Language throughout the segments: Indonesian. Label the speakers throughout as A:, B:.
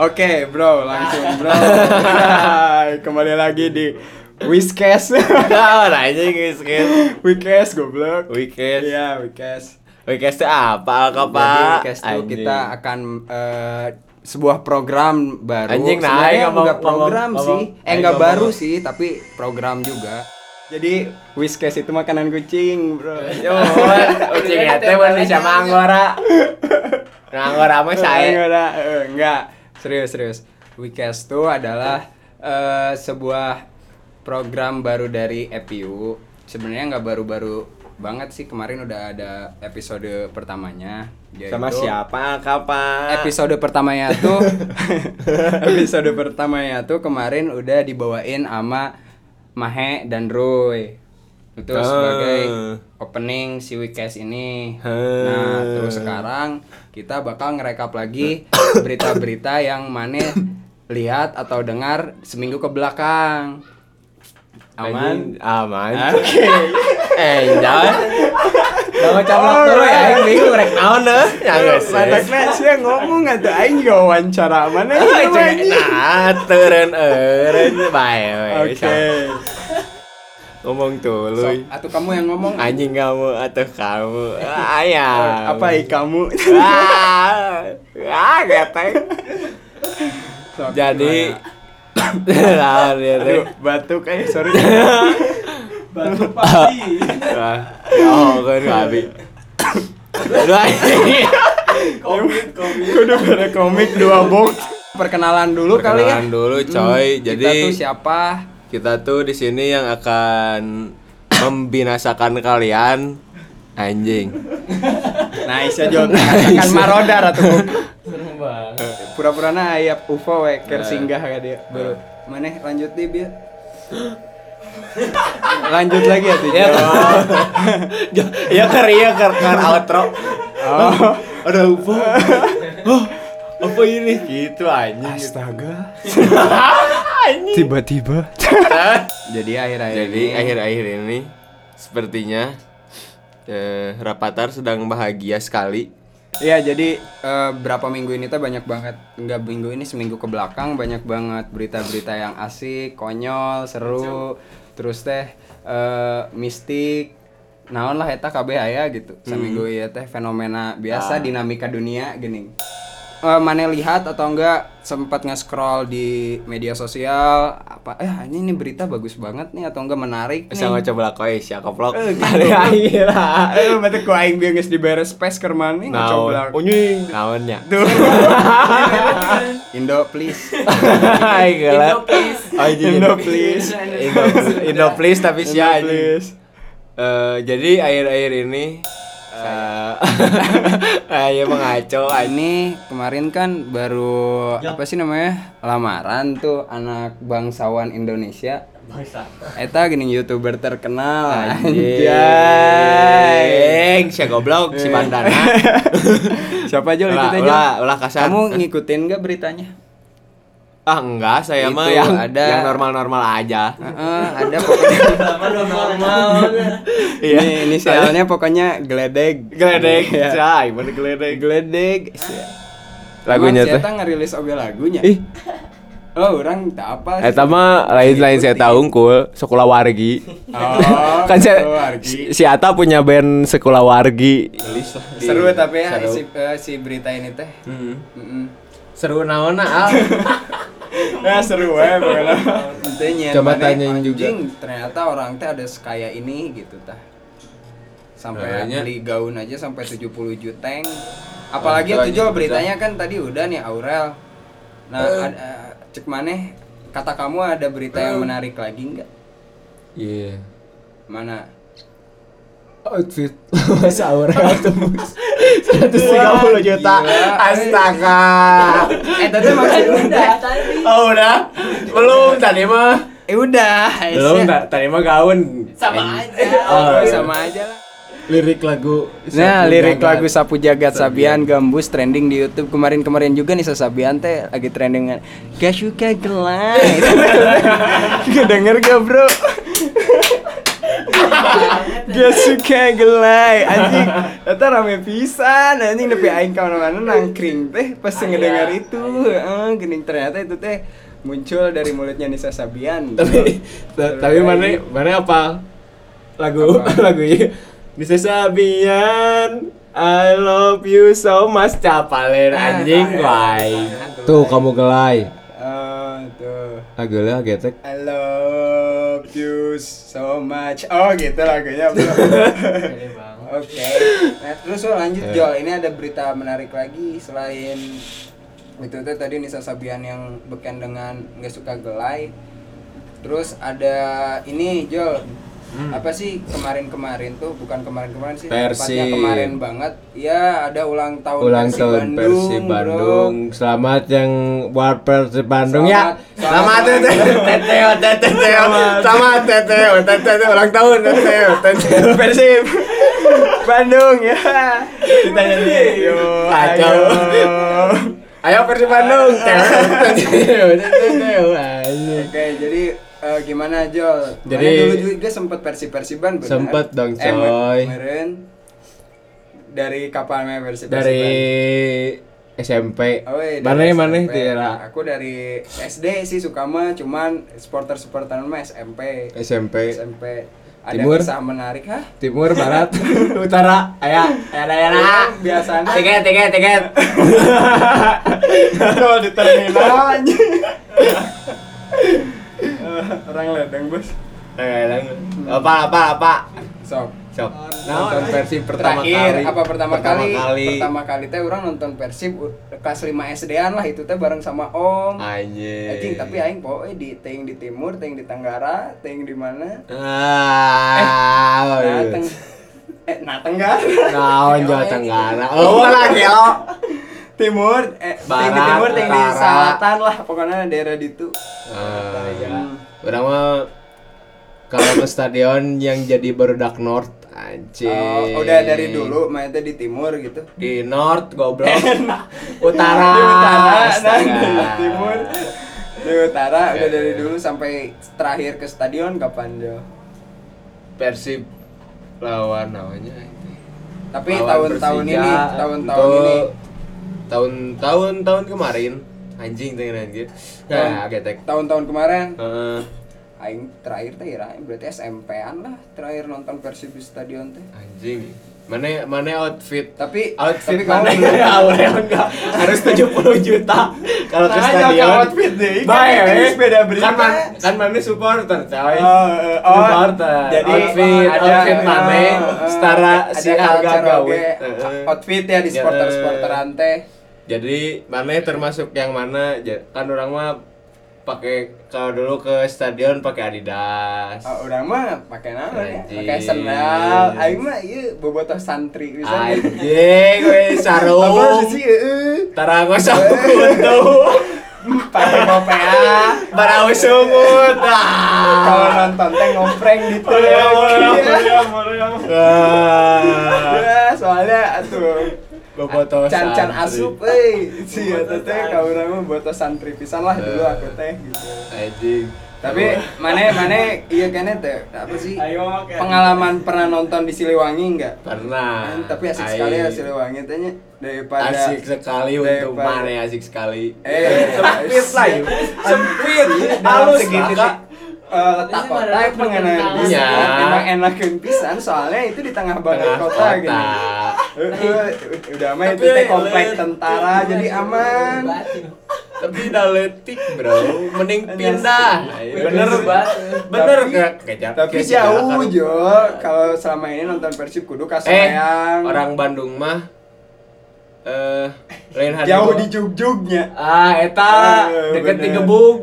A: Oke bro, langsung bro. Hai, kembali lagi di Whiskes.
B: Nah, anjing weekend.
A: Whiskes goblok.
B: Weekend.
A: Iya, Whiskes.
B: Weekend itu apa, Alka,
A: Jadi
B: Pak?
A: Whiskes tuh
B: Anjing.
A: kita akan eh, sebuah program baru.
B: Anjing, nah,
A: Sebenarnya
B: ayo ngomong-
A: nggak program
B: ngomong-
A: sih.
B: ngomong.
A: Eh
B: Ayo
A: enggak
B: ngomong.
A: baru sih, tapi program juga. Jadi Whiskes itu makanan kucing, bro.
B: Yo, kucing ete mana sama Anggora. Nah, Anggora
A: Iya,
B: mah saya.
A: Enggak, enggak, eh, enggak. Serius, serius. Wecast itu adalah eh, sebuah program baru dari EPU. Sebenarnya nggak baru-baru banget sih. Kemarin udah ada episode pertamanya. yaitu-
B: Sama siapa, Alka, Pak?
A: Episode pertamanya tuh episode pertamanya tuh kemarin udah dibawain sama Mahe dan Roy. Itu
B: Ah.
A: sebagai opening si Weekcast ini.
B: Ah.
A: Nah, terus sekarang kita bakal ngerekap lagi berita-berita yang Mane lihat atau dengar seminggu ke belakang. Aman.
B: Anjing, Aman.
A: Oke.
B: Eh, jangan. Jangan
A: caplok dulu ya, aing
B: bingung rek naon deh. Ya geus.
A: Mata kelas ya ngomong atau aing juga wawancara mana gitu, anjing.
B: Nah, teureun eureun bae we.
A: Oke.
B: Ngomong
A: Sok,
B: tuluy.
A: atau kamu yang ngomong
B: Anjing kamu atau kamu. Ayah.
A: apa i kamu
B: Ah, ah, getek.
A: Sok,
B: Jadi
A: gimana?
B: Nah, dia tuh.
A: Aduh, batuk eh sorry batuk pasti
B: Wah, Oh, kan babi. Aduh, anjing.
A: komik komik udah pada komik dua box perkenalan dulu kali ya
B: Perkenalan dulu, coy. Jadi
A: kita tuh siapa
B: kita tuh di sini yang akan membinasakan kalian anjing
A: nice aja Jod akan maroda ratu pura-pura na ayap UFO we
B: Eh.
A: ker singgah ka dia baru maneh lanjut di bil lanjut lagi ya tuh Jod.
B: ya ker ya ker ker outro
A: oh.
B: ada apa apa ini gitu anjing
A: astaga tiba-tiba jadi akhir-akhir
B: jadi
A: ini-
B: akhir-akhir ini sepertinya eh, Rapatar sedang bahagia sekali
A: Iya jadi eh, berapa minggu ini tuh banyak banget nggak minggu ini seminggu ke belakang banyak banget berita-berita yang asik, konyol, seru, terus teh eh, mistik, naon lah eta KB aya gitu. Seminggu ieu teh fenomena biasa dinamika dunia gini. Eh mana lihat atau enggak sempat nge-scroll di media sosial apa eh ini, ini berita bagus banget nih atau enggak menarik nih.
B: bisa coba koi sih koplok
A: Ayo lah, ayo berarti ku aing biar geus diberes space keur mani
B: naon ya?
A: ngecoblak.
B: unjing naonnya
A: Tuh. Gitu. Indo please.
B: Hai gelat.
C: Indo, please.
B: Oh, jadi
A: Indo, please.
B: Indo, Indo please tapi sih
A: Indo,
B: anjing.
A: please.
B: Eh, jadi akhir-akhir ini eh ayo mengaco anjing.
A: Ini kemarin kan baru apa sih namanya? lamaran tuh anak bangsawan Indonesia. Eta gini YouTuber terkenal anjay.
B: Anjing, si goblok si bandana.
A: Siapa aja itu
B: Ulah,
A: teh, Jol?
B: ulah, ulah kasar.
A: Kamu ngikutin gak beritanya?
B: Ah, enggak, saya
A: Itu
B: mah yang
A: ada.
B: yang normal-normal aja.
A: Heeh, ada pokoknya.
B: Iya.
A: Ini inisialnya pokoknya geledeg.
B: Geledek,
A: Iya.
B: cai, mana geledek.
A: Geledeg.
B: Lagunya
A: Emang si
B: teh.
A: Eta ngerilis oge lagunya.
B: Ih,
A: Oh, orang tak apa. sih.
B: eta mah lain-lain saya tahu unggul, sekolah wargi.
A: Oh,
B: kan si,
A: gitu, Argi.
B: si Ata punya band sekolah wargi
A: seru tapi ya
B: Seru.
A: si, eh, si berita ini teh.
B: Hmm.
A: Mm-mm.
B: seru naon al
A: Ya seru ya pokoknya. Intinya
B: Coba
A: mana ya?
B: tanyain
A: anjing,
B: juga.
A: Ternyata orang teh ada sekaya ini gitu tah. Sampai
B: Kayaknya.
A: beli gaun aja sampai 70 juteng. Apalagi
B: Wah,
A: itu jual
B: itu
A: beritanya kan tadi udah nih Aurel. Nah, ad- eh, cek maneh kata kamu ada berita yang menarik lagi nggak?
B: iya
A: Mana?
B: outfit Mas Aurel ya, tembus
A: 130 juta.
B: astaga
A: Eh, tadi maksudnya udah.
B: oh udah belum tadi mah
A: Eh udah. Aisyah.
B: belum ta- tadi mah gaun
C: Ya, Sama aja.
A: Oh,
B: Oh,
A: sama aja lah.
B: lirik lagu
A: Nah, lirik lagu Sapu Jagat Sabian Gambus trending di YouTube kemarin-kemarin juga nih Sasabian teh lagi trending dengan Gak suka gelai. Gak denger gak, Bro? Gak suka gelai anjing. Eta rame pisan anjing nepi aing ka mana nangkring teh pas
C: Ah,
A: ngedengar
C: iya,
A: itu.
C: iya.
A: Heeh, geuning ternyata itu teh muncul dari mulutnya Nisa Sabian. gitu. Iya.
B: tapi ta- tapi mana mana apa lagu
A: Apa?
B: lagu ini bisa Sabian I love you so much
A: Eh,
B: capalen anjing guai
D: Tuh kamu gelai.
A: Oh, tuh.
D: Lagu lah getek.
A: I love you so much. Oh, gitu lagunya. Bro. Oke. Nah, terus lo lanjut
D: Eh.
A: Jol. Ini ada berita menarik lagi selain itu tuh tadi Nisa Sabian yang beken dengan nggak suka gelai. Terus ada ini Jol. Apa sih kemarin-kemarin tuh bukan kemarin-kemarin sih tepatnya
D: Hmm. Persib.
A: kemarin banget. Ya, ada ulang tahun
D: Ulang
A: Persib
D: tahun
A: Bandung,
D: Persib
A: bro.
D: Bandung. Selamat yang buat Persib Bandung ya.
A: Selamat,
B: Selamat teteh
A: oh,
B: teteo teteo selamat teteo teteo ulang tahun teteo teteo
A: Persib Bandung ya. Ditanya nih. Yo,
B: Kacau.
A: ayo.
B: ayo Persib Bandung teteo teteo anjing
A: Oke, jadi eh, gimana Jol? Jadi
B: Jadi-
A: dulu juga sempat persi-persiban benar.
D: Sempet dong,
A: Eh, me-
D: coy.
A: kemarin dari kapalnya persi-persiban.
B: dari SMP
A: Oh, iya, dari
B: mana ya, mana
A: SMP. Nah,
B: Tiara
A: Aku dari SD sih suka mah, cuman supporter-supporteran mah SMP.
D: SMP
A: SMP. Ada
D: Timur?
A: kisah menarik hah?
D: Timur Barat.
B: utara ayah ayah daerah
A: Orang biasanya
B: tiket tiket tiket
A: kalau di terminal anjing. Eh, Orang ledeng bos.
B: apa apa apa
A: Sok.
B: Cok.
D: Nonton versi pertama
A: Terakhir,
D: kali.
A: apa pertama,
B: Pertama
A: kali,
B: kali.
A: pertama kali teh orang nonton Persib u- kelas 5 SD-an lah itu teh bareng sama Om.
B: Anjir.
A: Anjing, tapi aing poe di teing di timur, teing di Tenggara, teing di mana? Eh,
B: Ah,
A: Nah,
B: oh, iya.
A: teng eh nah Tenggara.
B: Naon Jawa
A: eh,
B: Tenggara. Oh, lagi lo.
A: timur, eh teing di
B: Barat,
A: timur, teing di
B: utara.
A: selatan lah, pokoknya daerah ditu.
B: Ah, iya.
A: Hmm.
B: Orang mah kalau ke stadion yang jadi barudak North anjing.
A: Oh, udah dari dulu mainnya di timur gitu.
B: Di North goblok. utara.
A: di utara, nah,
B: astaga. Iya,
A: di timur, di utara udah dari dulu sampai terakhir ke stadion kapan Jo?
B: Persib lawan namanya.
A: Tapi tahun-tahun ini, tahun-tahun ini
B: tahun-tahun tahun kemarin anjing dengan anjir. Nah,
A: Tahun-
B: getek.
A: tahun-tahun kemarin
B: Heeh.
A: aing terakhir teh ya aing berarti SMP-an lah terakhir nonton Persib di stadion teh
B: Anjing. Mana mana outfit
A: tapi
B: outfit
A: tapi
B: mana
A: belum-
B: ya Aurel enggak harus 70 juta kalau ke
A: Tanya
B: stadion.
A: ke outfit deh, kan
B: Bae,
A: kita
B: we.
A: harus beda berita.
B: Kan man- kan mana supporter,
A: Oh,
B: coy.
A: eh, oh.
B: supporter.
A: Jadi,
B: outfit,
A: ada-
B: outfit mana
A: eh, eh,
B: setara
A: ada
B: si
A: culture
B: harga gawe.
A: oge. outfit ya di
B: Ya.
A: supporter-supporteran teh
B: Jadi mana termasuk yang mana? Ja- Kan orang mah pakai kalau dulu ke stadion pakai Adidas.
A: Ah, orang mah pakai naon ya
B: Anjing.
A: pakai sendal aing mah ieu bobotoh santri pisan
B: Anjing,
A: Apa
B: we sarung.
A: sih eh, heeh
B: Tarago sama tuh.
A: pakai bopea
B: Barau sungut.
A: kalau nonton teh ngompreng
B: Oh,
A: gitu
B: iya,
A: ya Ya, soalnya atuh
B: Bobotoh
A: can-can
B: Oh, santri. Oh,
A: asup euy si eta teh ka urang mah botoh santri pisan lah dulu aku
B: Eh.
A: teh gitu
B: Anjing.
A: tapi mana mana iya kene teh apa sih pengalaman pernah nonton di Siliwangi enggak
B: pernah.
A: tapi asik
B: Aing-
A: sekali ya Siliwangi tanya daripada
B: Ah, Asik sekali untuk
A: daripada-
B: mana asik sekali.
A: eh sempit lah yuk sempit
B: Iya, Halus lah,
A: segini Eh,
B: Kak.
A: letak kota yang mengenai
B: Iya.
A: emang enakin pisan soalnya itu di tengah
B: Tengah
A: barat kota gitu. gini Eh, eh, udah mah itu
B: Tapi,
A: teh komplek
B: Len.
A: tentara Nah, jadi aman
B: Tapi udah letik bro, mending pindah.
A: Bener, Bang.
B: bener
A: Tapi-
B: ke? Kejap-
A: Tapi
B: kejap-
A: jauh
B: kejap-
A: Jo, kalau selama ini nonton Persib kudu ka
B: Eh,
A: Soreang.
B: orang Bandung mah eh lain hari
A: jauh
B: gua-
A: di jug-jugnya.
B: Ah, eta
A: Eh,
B: deket
A: bener.
B: di gebuk.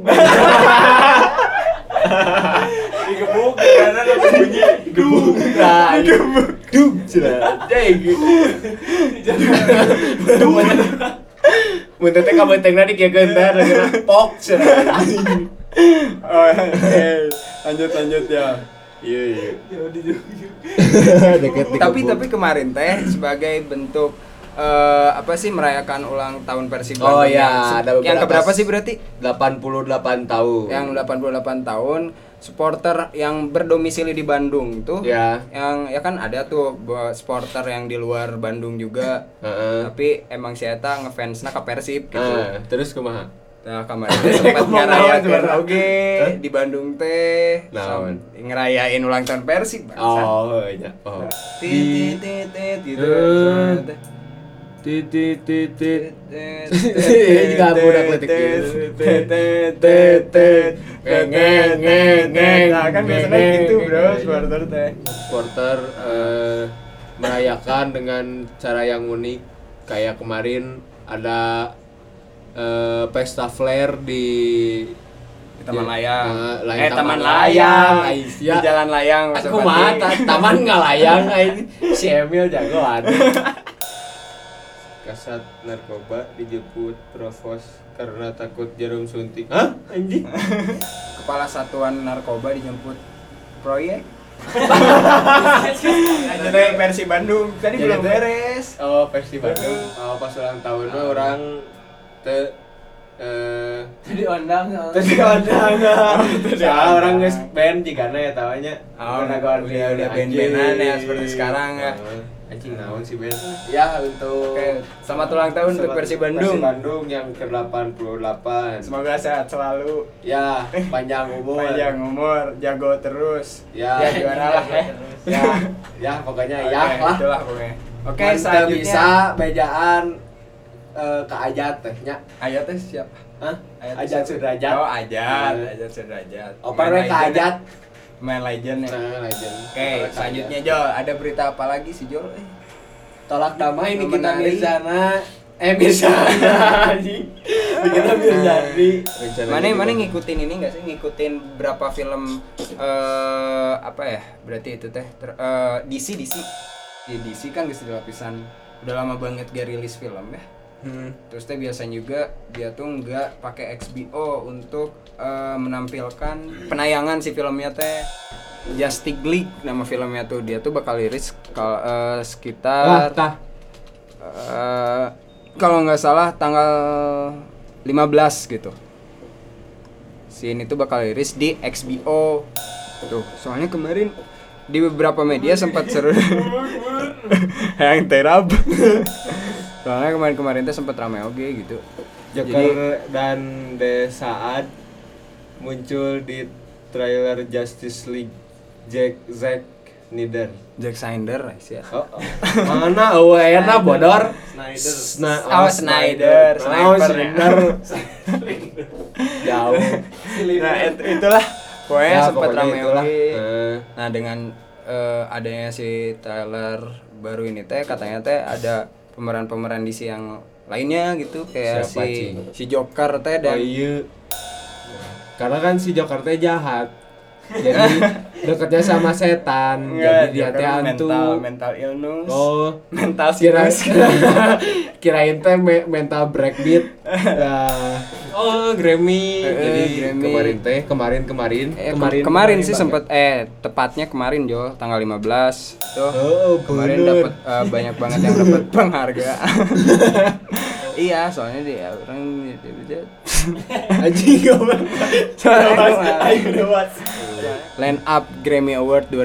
B: di gebuk karena ada bunyi gebuk. Nah, gebuk. Duk, cina. Jadi gitu. Mun teh ka bentengna di kieu geuntar geuna pok cina.
A: Oh, eh, lanjut lanjut ya.
B: Iya, iya.
D: Deket di
A: Tapi
D: kebun.
A: tapi kemarin teh sebagai bentuk eh, apa sih merayakan ulang tahun Persib
B: Oh,
A: Bandung
B: ya,
A: yang, se-
B: ada
A: yang keberapa
B: beberapa s-
A: sih berarti?
B: 88 tahun.
A: Yang 88 tahun supporter yang berdomisili di Bandung tuh
B: Ya.
A: yang ya kan ada tuh be- supporter yang di luar Bandung juga
B: Heeh.
A: tapi emang si Eta ngefansnya ke Persib gitu
D: Eh.
B: Ah, terus kumaha?
A: Nah, kemarin teh sempat ngerayain
B: Kumaha?
A: oge di Bandung teh
B: Naon?
A: sam- ngerayain ulang tahun Persib bangsa.
B: Oh, iya. Oh.
A: Tit, tit, tit, tit, gitu.
D: Eh.
A: Tit,
D: Titit titit.
A: tit,
D: Eh. Ini nggak
A: tit,
D: budak
A: tit,
D: letik
A: tit,
D: gitu.
A: tit, tit, tit, tit.
B: Ngeng, ngeng, ngeng, ngeng.
A: Nah, kan biasanya
B: Ngeng,
A: gitu,
B: ngeng,
A: Bro,
B: ngeng.
A: supporter teh.
B: Supporter eh, merayakan dengan cara yang unik kayak kemarin ada eh, pesta flare di
A: Di Taman Layang.
B: Eh, lain
A: Eh,
B: Taman
A: Taman Layang.
B: Layang,
A: Di
B: Aisyah.
A: Jalan Layang maksud
B: Aku
A: Pati.
B: mah ta- taman ngalayang ini si Emil jagoan. Kasat narkoba dijemput provos karena takut jarum suntik. Hah? Anjing.
A: Kepala Satuan Narkoba dijemput proyek. Anjir versi Bandung tadi
B: Jadi
A: belum
B: teh-
A: beres.
B: Oh, versi Bandung. Oh, pas ulang tahun mah orang te eh
C: Jadi ondang soalnya.
B: tadi ada
A: Teu
B: Soalnya
A: diondang.
B: orang nges band jika ya tawanya.
A: Oh,
B: Karena
A: udah-
B: kawan
A: udah- udah
B: anjing.
A: band-bandan ya, seperti sekarang ya.
B: Oh, Anjing naon sih band? Ya untuk
A: Oke, selamat ulang tahun untuk
B: Selamat
A: Persi Bandung.
B: Persi Bandung yang ke-88.
A: Semoga sehat selalu,
B: Ya, panjang umur.
A: panjang umur, jago terus.
B: Ya.
A: Ya, juara lah.
C: Ya.
A: Ya,
B: Ya,
A: Oke,
B: pokoknya ya lah.
A: Itulah pokoknya. Oke,
B: Mantep
A: selanjutnya.
B: bisa bejaan eh ke Ajat tehnya.
A: Ayatnya siapa?
B: Hah?
A: Ayat
B: Ajat
A: siapa?
B: Sudrajat.
A: Oh, Ajat,
B: Eh.
A: Ajat Sudrajat. Main
B: Oper we ke
A: legend ya.
B: Ajat.
A: Main legend ya.
B: Nah, legend.
A: Oke,
B: Oper we ke
A: selanjutnya
B: Ajat.
A: Jol, ada berita apa lagi sih Jol? Eh,
B: tolak damai
A: Yang
B: Nikita
A: menarik.
B: Mirzana. Eh Mirzana anjing. Nikita Mirzani.
A: Mana mana ngikutin ini nggak sih ngikutin berapa film eh apa ya? Berarti itu teh ter, eh, DC DC. Ya, DC kan geus lapisan udah lama banget gak rilis film ya.
D: Hmm.
A: Terus teh biasanya juga dia tuh nggak pakai XBO untuk eh, menampilkan penayangan si filmnya teh Justice League nama filmnya tuh dia tuh bakal rilis kal- eh,
D: Lah
A: sekitar
D: tah.
A: eh, kalau nggak salah tanggal 15 gitu. Si ini tuh bakal rilis di XBO. Tuh, soalnya kemarin di beberapa media sempat seru yang terap. soalnya kemarin-kemarin tuh sempat ramai oke gitu.
B: Joker dan The Saad muncul di trailer Justice League Jack Zack Snyder.
A: Jack Snyder sih.
B: Oh, oh. mana awena bodor?
C: Snyder.
B: Sna-
A: Oh, Snyder.
B: Oh,
A: Sniper ya.
B: Snyder. Jauh.
A: Nah, it- itulah pokoknya
B: Ya,
A: sempat
B: pokoknya
A: ramai
B: itulah. Eh.
A: oge.
B: Heeh.
A: Nah, dengan eh, adanya si trailer baru ini teh katanya teh ada pemeran-pemeran DC yang lainnya gitu kayak si
B: Siapa, Cing?
A: si Joker teh
B: Oh
A: dan
B: iya. Karena kan si Joker teh jahat. Jadi deketnya sama setan, jadi
A: Enggak,
B: dia
A: Joker
B: teh hantu.
A: mental mental illness.
B: Oh,
A: Mental
B: kira
A: sickness.
B: kirain teh me- mental breakbeat. Nah, oh, Grammy.
A: Eh,
B: jadi
A: Grammy.
B: kemarin teh, kemarin kemarin,
A: Eh, kemarin, kemarin sih sempat eh tepatnya kemarin Jo tanggal 15 tuh
B: Oh,
A: kemarin dapat
B: bener.
A: eh, banyak banget yang dapat penghargaan iya soalnya dia orang
B: Anjing gak
A: Soalnya kemarin.
B: lewat.
A: Line Up Grammy Award 2021
B: Ya,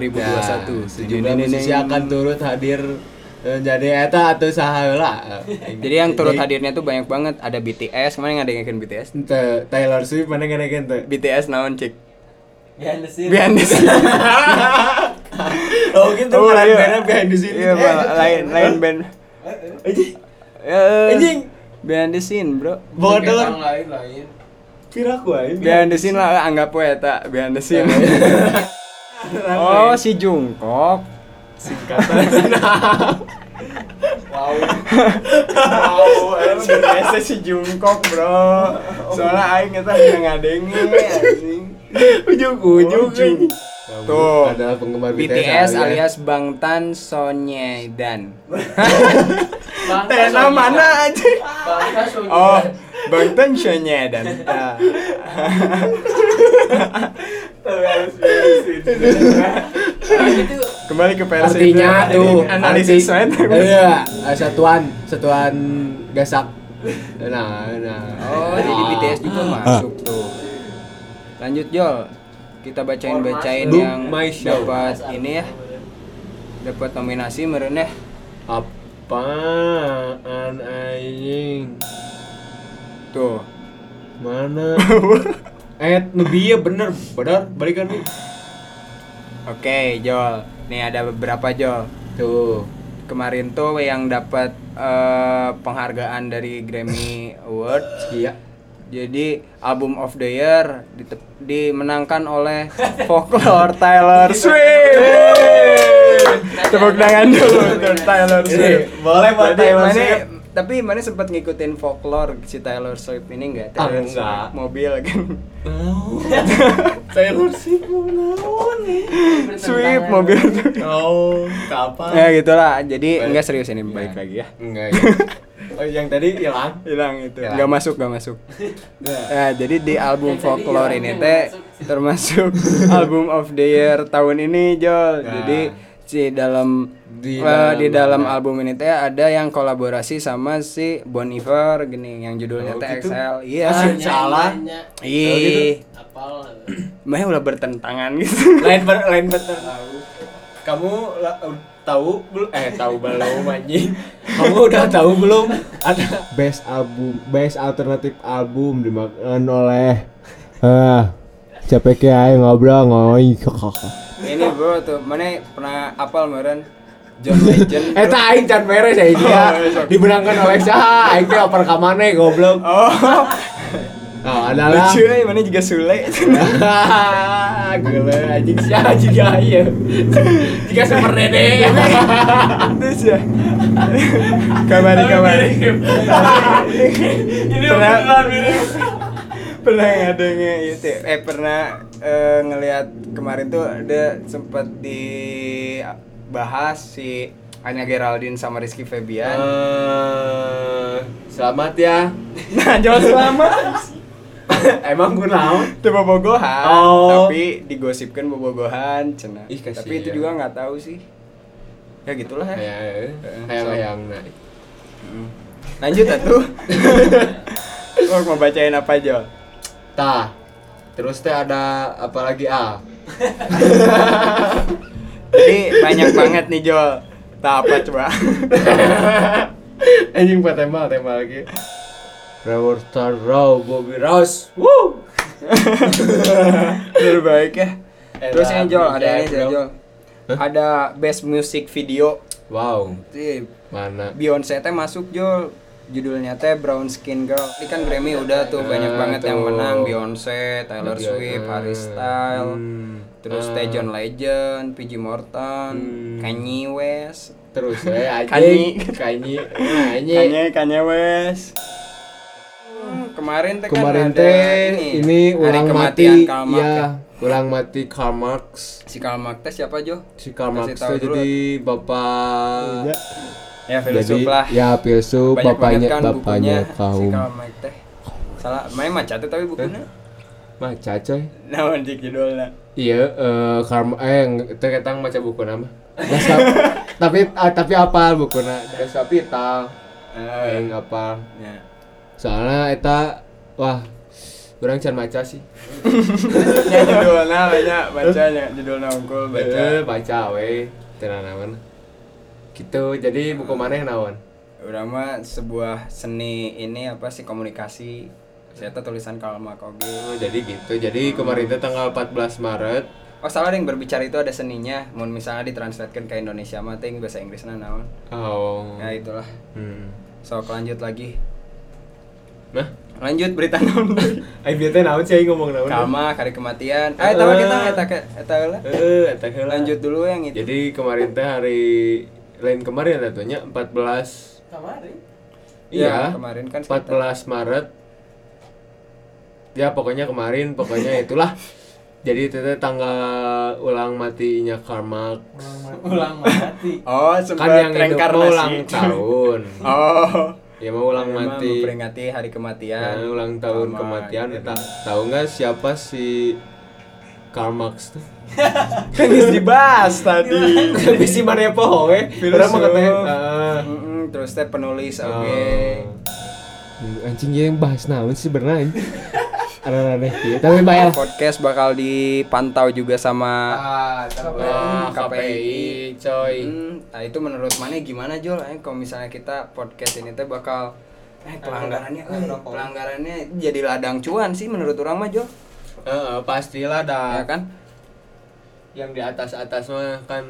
B: sejumlah Nah, musisi akan turut hadir eh, jadi eta atau sahaula.
A: jadi yang turut hadirnya tuh banyak banget ada BTS kemarin ada yang ngikutin BTS
B: Ente, Taylor Swift mana gak naikin teh?
A: BTS naon cik
C: Behind the scene.
A: behind the scene
B: Oh gitu
A: Oh,
B: peran
A: iya.
B: berat behind the scene.
A: iya Bang. lain lain band
B: Anjing.
A: Eh,
B: Anjing.
A: behind the scene bro
B: Bodor.
C: Orang lain lain.
B: Piraku aja.
A: behind the scene lah anggap we tak behind the scene
B: Iya,
A: oh si Jungkook
C: Wow.
A: Wow, emang biasa si Jungkook bro Soalnya Aing itu udah ngadengi anjing Oh,
B: Ujung-ujung
A: Ujung. Tuh.
B: Adalah Oh, penggemar
A: BTS
B: ya.
A: alias Bangtan Sonyedan
C: Bangsa
A: Tena
C: Sony.
A: mana aja?
C: Bangsa Sony.
A: Oh, Bangtan Sonyedan Nah.
C: Itu
A: Kembali ke versi
B: Artinya tuh
A: Analisis
B: arti-
A: saya
B: Iya, eh, satuan, satuan gasak. Nah, nah.
A: Oh, jadi
B: Nah.
A: BTS juga masuk tuh. Lanjut Jol. kita bacain bacain
B: Book
A: yang
B: my show.
A: dapat ini ya dapat nominasi meren ya
B: Apaan anjing?
A: tuh
B: Mana? eh, nu bieu bener, bener, balikan nih.
A: oke Jol nih ada beberapa Jol
B: Tuh.
A: kemarin tuh yang dapat eh, penghargaan dari Grammy Award
B: Iya.
A: jadi album of the year dite- dimenangkan oleh folklore Taylor Swift. Tepuk tangan dulu untuk Taylor
B: Eh,
A: Swift.
D: Boleh buat
A: Tadi
D: Taylor
A: Iya. mana-
D: Swift.
A: Tapi mana sempat ngikutin folklore si Taylor Swift ini enggak?
B: Ah,
A: Taylor
B: enggak.
A: Swift mobil kan.
B: Taylor Swift mau naon nih?
A: Swift mobil.
D: Oh, kapan?
A: ya gitulah. Jadi
B: Balik.
A: enggak serius ini balik
B: Iya.
A: lagi ya.
B: Enggak ya.
D: Oh, yang tadi hilang.
A: hilang itu
B: Hilang.
A: nggak masuk nggak masuk
B: Iya.
A: nah jadi di album folklore ini teh termasuk album of the year tahun ini Jol
B: Nah.
A: jadi si dalam
B: Di
A: Ya. di, di
B: dalam-
A: dalam
B: ya.
A: album ini teh ada yang kolaborasi sama si Bon Iver gini yang judulnya
B: Oh,
A: teh
B: gitu?
A: XL iya
D: Masih salah.
A: Oh, ih
C: Apal.
A: makanya udah bertentangan gitu
D: Lain ber lain betul.
B: Kamu la- tahu belum? Eh, tahu belum anjing? Kamu udah tahu belum? Ada
D: Best album, best alternatif album dimakan oleh eh. ah siapa kayak ngobrol ngoi
A: ini bro tuh mana pernah apal meren John Legend
B: Eta Eh, aing can beres ya dia dimenangkan oleh saha aing teh oper ka maneh goblok.
A: oh
B: Nah, adalah
A: lucu ya mana juga Sule
B: Gila anjing sia jiga ieu. Jika super iya. dede.
A: Terus ya Kamari kamari Ini beneran Pernah ngadengnya itu ya, Eh pernah eh, ngelihat kemarin tuh ada sempat dibahas si Anya Geraldine sama Rizky
B: Oh.
A: Febian
B: Eh, selamat ya.
A: Nah jangan selama
B: Emang gue naon?
A: Itu bobogohan
B: Oh.
A: Tapi digosipkan bobogohan cenah.
B: Ih, kasihan. Iya.
A: Tapi itu juga nggak tahu sih Ya gitulah ya
B: Hayang-hayang naik.
A: Lanjut atuh Lo mau bacain apa Jol?
B: Tah. Terus teh ada apa lagi ah?
A: Jadi banyak banget nih Jol. Tak apa coba.
B: Anjing buat tema tema lagi. Reporter Raw Bobby Ross. Woo.
A: Terbaik ya. Terus
B: Elah,
A: yang Jol ada
B: bijak,
A: ini sih,
B: bro.
A: Jol. Ada best music video.
B: Wow.
A: Si
B: Mana?
A: Beyonce teh masuk Jol. Judulnya teh Brown Skin Girl. Ini kan Grammy udah tuh banyak
B: Nah,
A: banget yang
B: tuh.
A: menang Beyonce, Taylor
B: Beyonce.
A: Swift, Harry Styles,
B: Iya, eh, Hmm.
A: terus
B: Ah.
A: teh John Legend, PG Morton,
B: Hmm.
A: Kanye West.
B: Terus eh Nah, anjing.
A: Kanyi.
B: Kanyi. Kanyi.
A: Kanye kan West. Kemarin teh kan
B: Kemarin
A: ada
B: teh ini
A: hari
B: ulang
A: kematian
B: mati
A: Karl Marx ya.
B: ya, ulang mati Karl Marx.
A: Si Karl Marx teh siapa Jo?
B: Si Karl
A: Kasih
B: Marx
A: tahu
B: teh
A: dulu.
B: jadi bapak
A: Ya
B: jadi
A: filsuf lah.
B: ya filsuf
A: Banyak
B: bapaknya
A: banget kan
B: bapaknya
A: bukunya si
B: kaum
A: Karl Marx teh. Salah, main maca teh tapi bukunya.
B: maca coy
A: Naon jek judulnya?
B: Iya, eh karma eh ng- teu ketang maca buku nama. Dasar, tapi ah, tapi apa buku nama? Dasar vital. Eh
A: Eh,
B: apa?
A: ya.
B: Soalnya eta wah kurang can maca sih.
A: Ya judulnya banyak bacanya, judulnya unggul baca.
B: Eh, baca we tenanaman. Gitu, jadi buku maneh naon?
A: Udah mah sebuah seni ini apa sih komunikasi. Saya teh tulisan Karl Marx oge.
B: Oh, jadi gitu. Jadi kemarin itu tanggal 14 Maret
A: Oh salah yang berbicara itu ada seninya. Mau misalnya ditranslatekan ke Indonesia mah teh bahasa Inggrisnya naon.
B: Oh.
A: Ya itulah.
B: Hmm.
A: Sok lanjut lagi.
B: Nah,
A: Lanjut berita naon deui?
B: ai bieu teh naon sih aing ngomong naon?
A: Kama hari kematian. Ah eta mah kita eta ke- eta heula.
B: Heeh, Eh, eta heula.
A: Lanjut dulu yang itu.
B: Jadi kemarin teh hari lain kemarin tentunya 14
C: Kemarin.
A: Ya,
B: Iya,
A: kemarin kan sekitar-
B: 14 Maret. Ya pokoknya kemarin, pokoknya itulah. Jadi itu teh tanggal ulang matinya Karl Marx.
C: Ulang mati.
A: Oh,
B: Kan
A: sempat
B: yang hidup mau
A: reinkarnasi.
B: ulang tahun.
A: Oh.
B: Ya mau ulang
A: Emang
B: mati.
A: memperingati hari
B: Ya,
A: kematian.
B: ulang tahun
A: Sama,
B: kematian.
A: gitu.
B: Eta. Tahu nggak siapa si Karl Marx tuh?
A: Kan geus dibahas tadi.
B: Bisi mana poho we? Orang mah katanya,
A: Filsuf.
B: "Ah,
A: Mm-mm, terus teh penulis oke.
B: ah." Anjing ya yang bahas naon sih beneran
D: aneh-aneh gitu. Tapi bayar.
B: Oh.
A: Podcast bakal dipantau juga sama
C: Ah, sampai.
B: Wah,
A: KPI.
B: KPI coy.
A: Hmm, nah itu menurut mana gimana Jol? Eh, kalau misalnya kita podcast ini teh bakal eh pelanggarannya eh, pelanggarannya jadi ladang cuan sih menurut orang mah Jol.
B: Heeh, pastilah dah.
A: Ya kan?
B: Yang di atas atas mah kan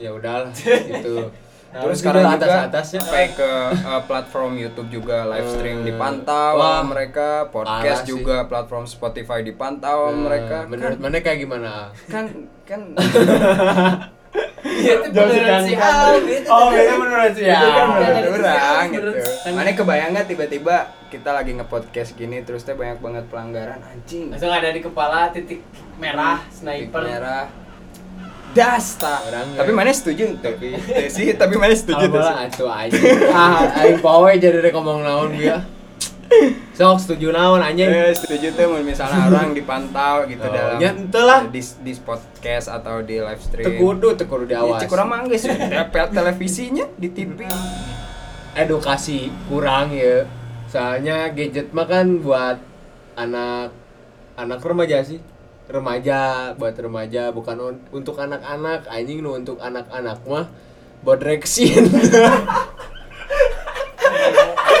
B: ya udahlah gitu.
A: Terus sekarang
B: atas
A: Nah,
B: ya?
A: juga
B: atasnya
A: sampai ke eh, platform YouTube juga live stream dipantau
B: Eh, Wah,
A: sama mereka, podcast
B: parah sih. Hmm,
A: juga platform Spotify dipantau sama mereka.
B: Nah, menurut mana kayak gimana? Al?
A: Kan kan
C: Iya, itu
A: Jauh
C: beneran
A: sedang-
C: si Al, gitu.
B: Oh, itu menurut sih ya.
C: Itu kan menurut
A: Ada orang gitu.
C: Menurut-
A: Mana kebayang nggak tiba-tiba kita lagi nge-podcast gini terus teh banyak banget pelanggaran anjing.
C: Langsung ada di kepala titik merah sniper.
A: Titik merah. Dasta.
B: Orangnya.
A: Tapi mana setuju tapi
B: Tapi-
A: teh sih, tapi mana setuju teh sih.
B: Alhamdulillah atuh aja. Ah, Gitu aing poe jadi rek ngomong naon gue. Sok setuju naon anjing.
A: Eh, setuju tuh mun misalnya orang dipantau gitu
B: Oh,
A: dalam
B: ya, ente lah.
A: di, di podcast atau di live stream.
B: Teu kudu, teu kudu
A: Ya,
B: diawas.
A: cek orang manggis ya, pel televisinya di TV.
B: Edukasi kurang ya. Soalnya gadget mah kan buat anak anak remaja sih. Remaja, buat remaja bukan un- untuk anak-anak. Anjing nu untuk anak-anak mah bodreksin.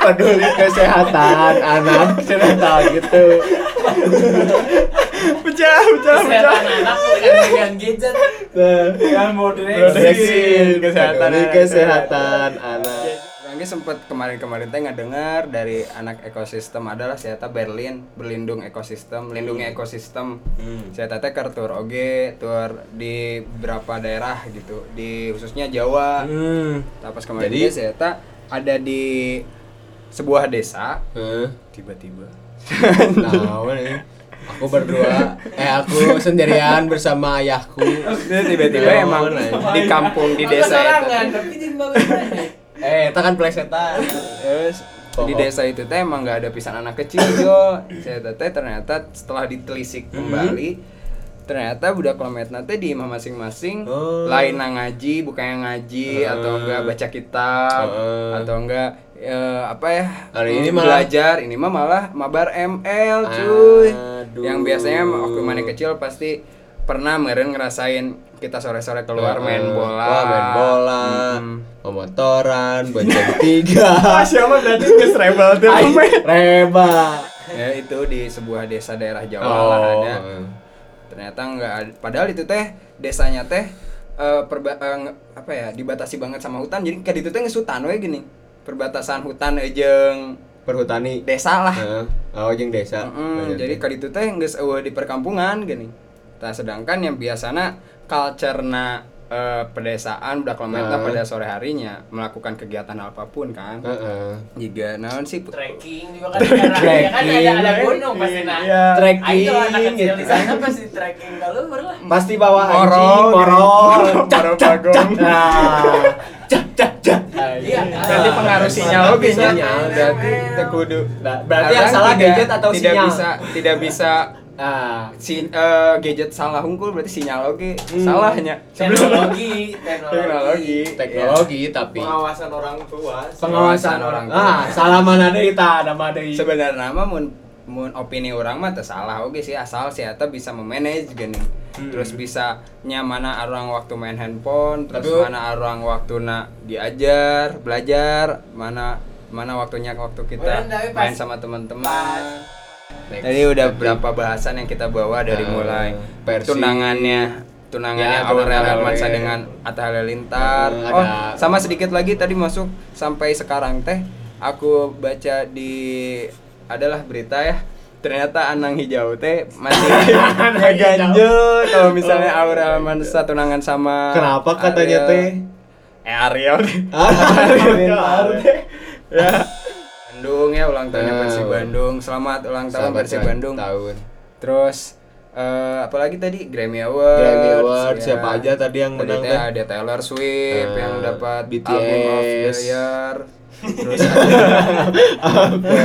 B: peduli kesehatan anak cerita gitu
A: Pecah, pecah,
C: Kesehatan anak dengan dengan kan gadget. Dengan
B: Proteksi
A: Kesehatan
B: kesehatan
A: anak.
B: kesehatan anak.
A: Orangnya sempat kemarin-kemarin teh dengar dari anak ekosistem adalah saya Berlin berlindung ekosistem, lindungi ekosistem. Saya teh ke tour oge, tour di beberapa daerah gitu, di khususnya Jawa. Nah, pas kemarin
B: Hmm. Jadi-
A: saya ada di sebuah desa
B: Heeh.
A: tiba-tiba
B: Nah, apa nih? aku berdua eh aku sendirian bersama ayahku.
A: tiba-tiba
B: Ya,
A: emang
B: mana ya?
A: di kampung di desa itu
C: sorangan, tapi jadi bagus aja.
B: Eh, kita kan plesetan.
A: Terus di
B: Pohon.
A: desa itu teh emang nggak ada pisan anak kecil jo saya teh ternyata setelah ditelisik
B: Mhm.
A: kembali ternyata budak klemetna teh di imah masing-masing
B: Oh.
A: lain na ngaji bukannya ngaji
B: Eh.
A: atau enggak baca kitab
B: Eh.
A: atau enggak eh, apa ya
B: Hari ini
A: eh,
B: malah-
A: belajar ini mah malah mabar ML cuy
B: Aduh.
A: yang biasanya waktu mana kecil pasti pernah meren ngerasain kita sore-sore keluar main
B: Heeh.
A: bola
B: Eh, Wah, main bola,
A: Mm-mm.
B: memotoran, bonceng tiga.
A: Ah, Siapa berarti geus rebel tuh.
B: Aing reba.
A: ya itu di sebuah desa daerah Jawa lah
B: Oh.
A: ada. Ternyata nggak ada. Padahal itu teh desanya teh eh, perba- eh, nge- apa ya dibatasi banget sama hutan. Jadi kayak itu teh geus hutan we gini. Perbatasan hutan jeung
B: Perhutani.
A: desa lah.
B: Heeh. Oh, jeung desa.
A: Mm-mm, jadi kali itu teh nggak di perkampungan gini. Nah, sedangkan yang biasanya culture na eh, pedesaan udah klemetna
B: Nah.
A: pada sore harinya melakukan kegiatan apapun kan.
B: Heeh.
A: Jika naon sih put-
C: Trekking juga kan jarang. Ya kan ada ada gunung pasti nah.
B: Iya. Trekking,
C: Ayo anak kecil di
B: gitu.
C: sana pasti trekking kalau berlah.
B: Pasti bawa
A: Morong,
B: anjing, morong.
A: morong,
B: Cak,
A: morong
B: cak,
A: bagong.
B: cak. Nah. Cak, cak, cak. Nah.
C: Iya.
A: Berarti pengaruh sinyal lo
B: bisa
A: bisa
B: sinyal,
A: berarti tekudu.
B: Nah, berarti yang salah gadget atau
A: tidak
B: sinyal?
A: bisa tidak bisa
B: Ah.
A: sin, eh, gadget salah hungkul berarti sinyal oke
B: Hmm.
A: salahnya
C: Teknologi, teknologi.
A: teknologi
B: Teknologi tapi
E: pengawasan orang tua sih.
B: pengawasan orang. Ah, salah mana deui tah ada mah deui.
A: Ya. sebenarnya mah mun mun opini orang mah teu salah oke sih asal si eta bisa memanage gini
B: Hmm.
A: terus bisa nyamana orang waktu main handphone terus
B: Tapi-
A: mana orang waktu na diajar belajar mana mana waktunya waktu kita
C: Orang tapi pas-
A: main sama teman-teman
C: pas-
B: Next.
A: Jadi udah berapa bahasan yang kita bawa dari
B: Eh,
A: mulai
B: Persi.
A: tunangannya tunangannya
B: Ya,
A: Aurel
B: tunangan
A: Hermansyah
B: Aurel.
A: dengan Atta Halilintar.
B: Eh,
A: oh,
B: ada-
A: sama sedikit lagi tadi masuk sampai sekarang teh aku baca di adalah berita ya. Ternyata Anang Hijau teh masih ngeganjel kalau misalnya Aurel Hermansyah tunangan sama
B: Oh, iya, Kenapa katanya
A: Ariel.
B: teh?
A: Eh Ariel teh. ya. Bandung ya ulang tahunnya
B: Eh,
A: Persib
B: ulang-
A: Bandung. Selamat ulang tahun
B: Selamat
A: Persib
B: ulang
A: Bandung.
B: Tahun.
A: Terus eh, apalagi tadi Grammy Awards. ya.
B: Grammy Awards, siapa aja tadi yang
A: Tadi
B: menang
A: teh
B: teh?
A: ada Taylor Swift
B: Eh,
A: yang dapat
B: BTS.
A: Album of the Year. Terus ada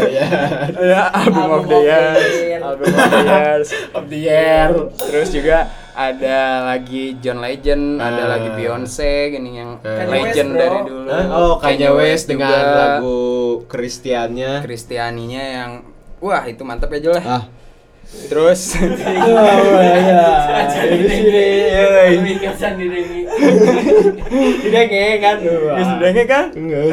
A: ya, album, of the Year. Album of the Year.
B: Of the year.
A: Terus juga ada lagi John Legend, ada
B: Eh.
A: lagi Beyonce gini yang
B: Kanye
A: legend
C: West, bro.
A: dari dulu.
B: Oh, Kanye Oh, West dengan
A: juga.
B: lagu Kristiannya.
A: Kristianinya yang wah itu mantep ya, aja lah
B: Ah.
A: terus
B: Oh, ya. Ini sini. iya.
C: Kesan di dengi. Tidak kayak kan.
A: ya sebenarnya kan
B: Enggak.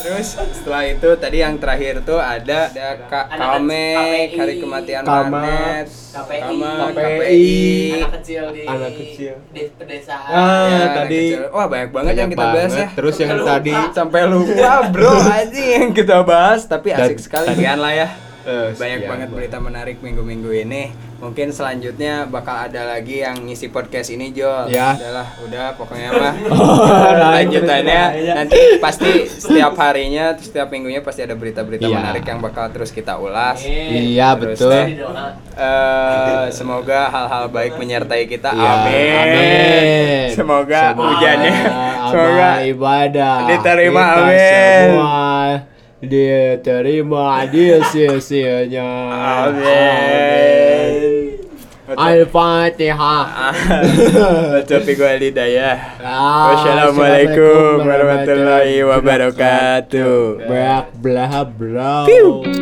A: terus setelah itu tadi yang terakhir tuh ada ada kan? Ka-
C: Anak-
A: Kamek
C: KPI.
A: hari kematian
B: Kamak.
A: planet
C: KPI.
A: Kamak,
B: KPI.
A: KPI
C: Anak kecil di
B: Anak kecil.
C: di pedesaan.
B: Ah,
A: Ya, anak
B: tadi
A: kecil. wah banyak banget
B: banyak
A: yang kita bahas
B: banget.
A: ya
B: Terus yang
C: Lupa.
B: tadi
A: sampai lupa bro aja yang kita bahas tapi
B: Dan-
A: asik sekali sekian lah ya banyak
B: Eh, sekian
A: banget
B: banget.
A: berita menarik minggu-minggu ini mungkin selanjutnya bakal ada lagi yang ngisi podcast ini Jol
B: Ya.
A: udahlah udah pokoknya mah
B: nah,
A: lanjutannya
B: itu dia.
A: nanti pasti setiap harinya terus setiap minggunya pasti ada berita-berita
B: Iya.
A: menarik yang bakal terus kita ulas
B: Iya,
A: Terus
B: betul.
A: deh,
C: uh,
A: eh, semoga hal-hal baik menyertai kita
B: Iya,
A: amin.
B: amin.
A: Ya, semoga, hujannya
B: amal
A: semoga
B: ibadah
A: diterima,
B: kita
A: amin.
B: semua diterima di sisinya
A: amin
B: Al-Fatihah
A: Tapi gue Lidayah
B: Ah,
A: Wassalamualaikum warahmatullahi wabarakatuh.
B: Blah blah blah.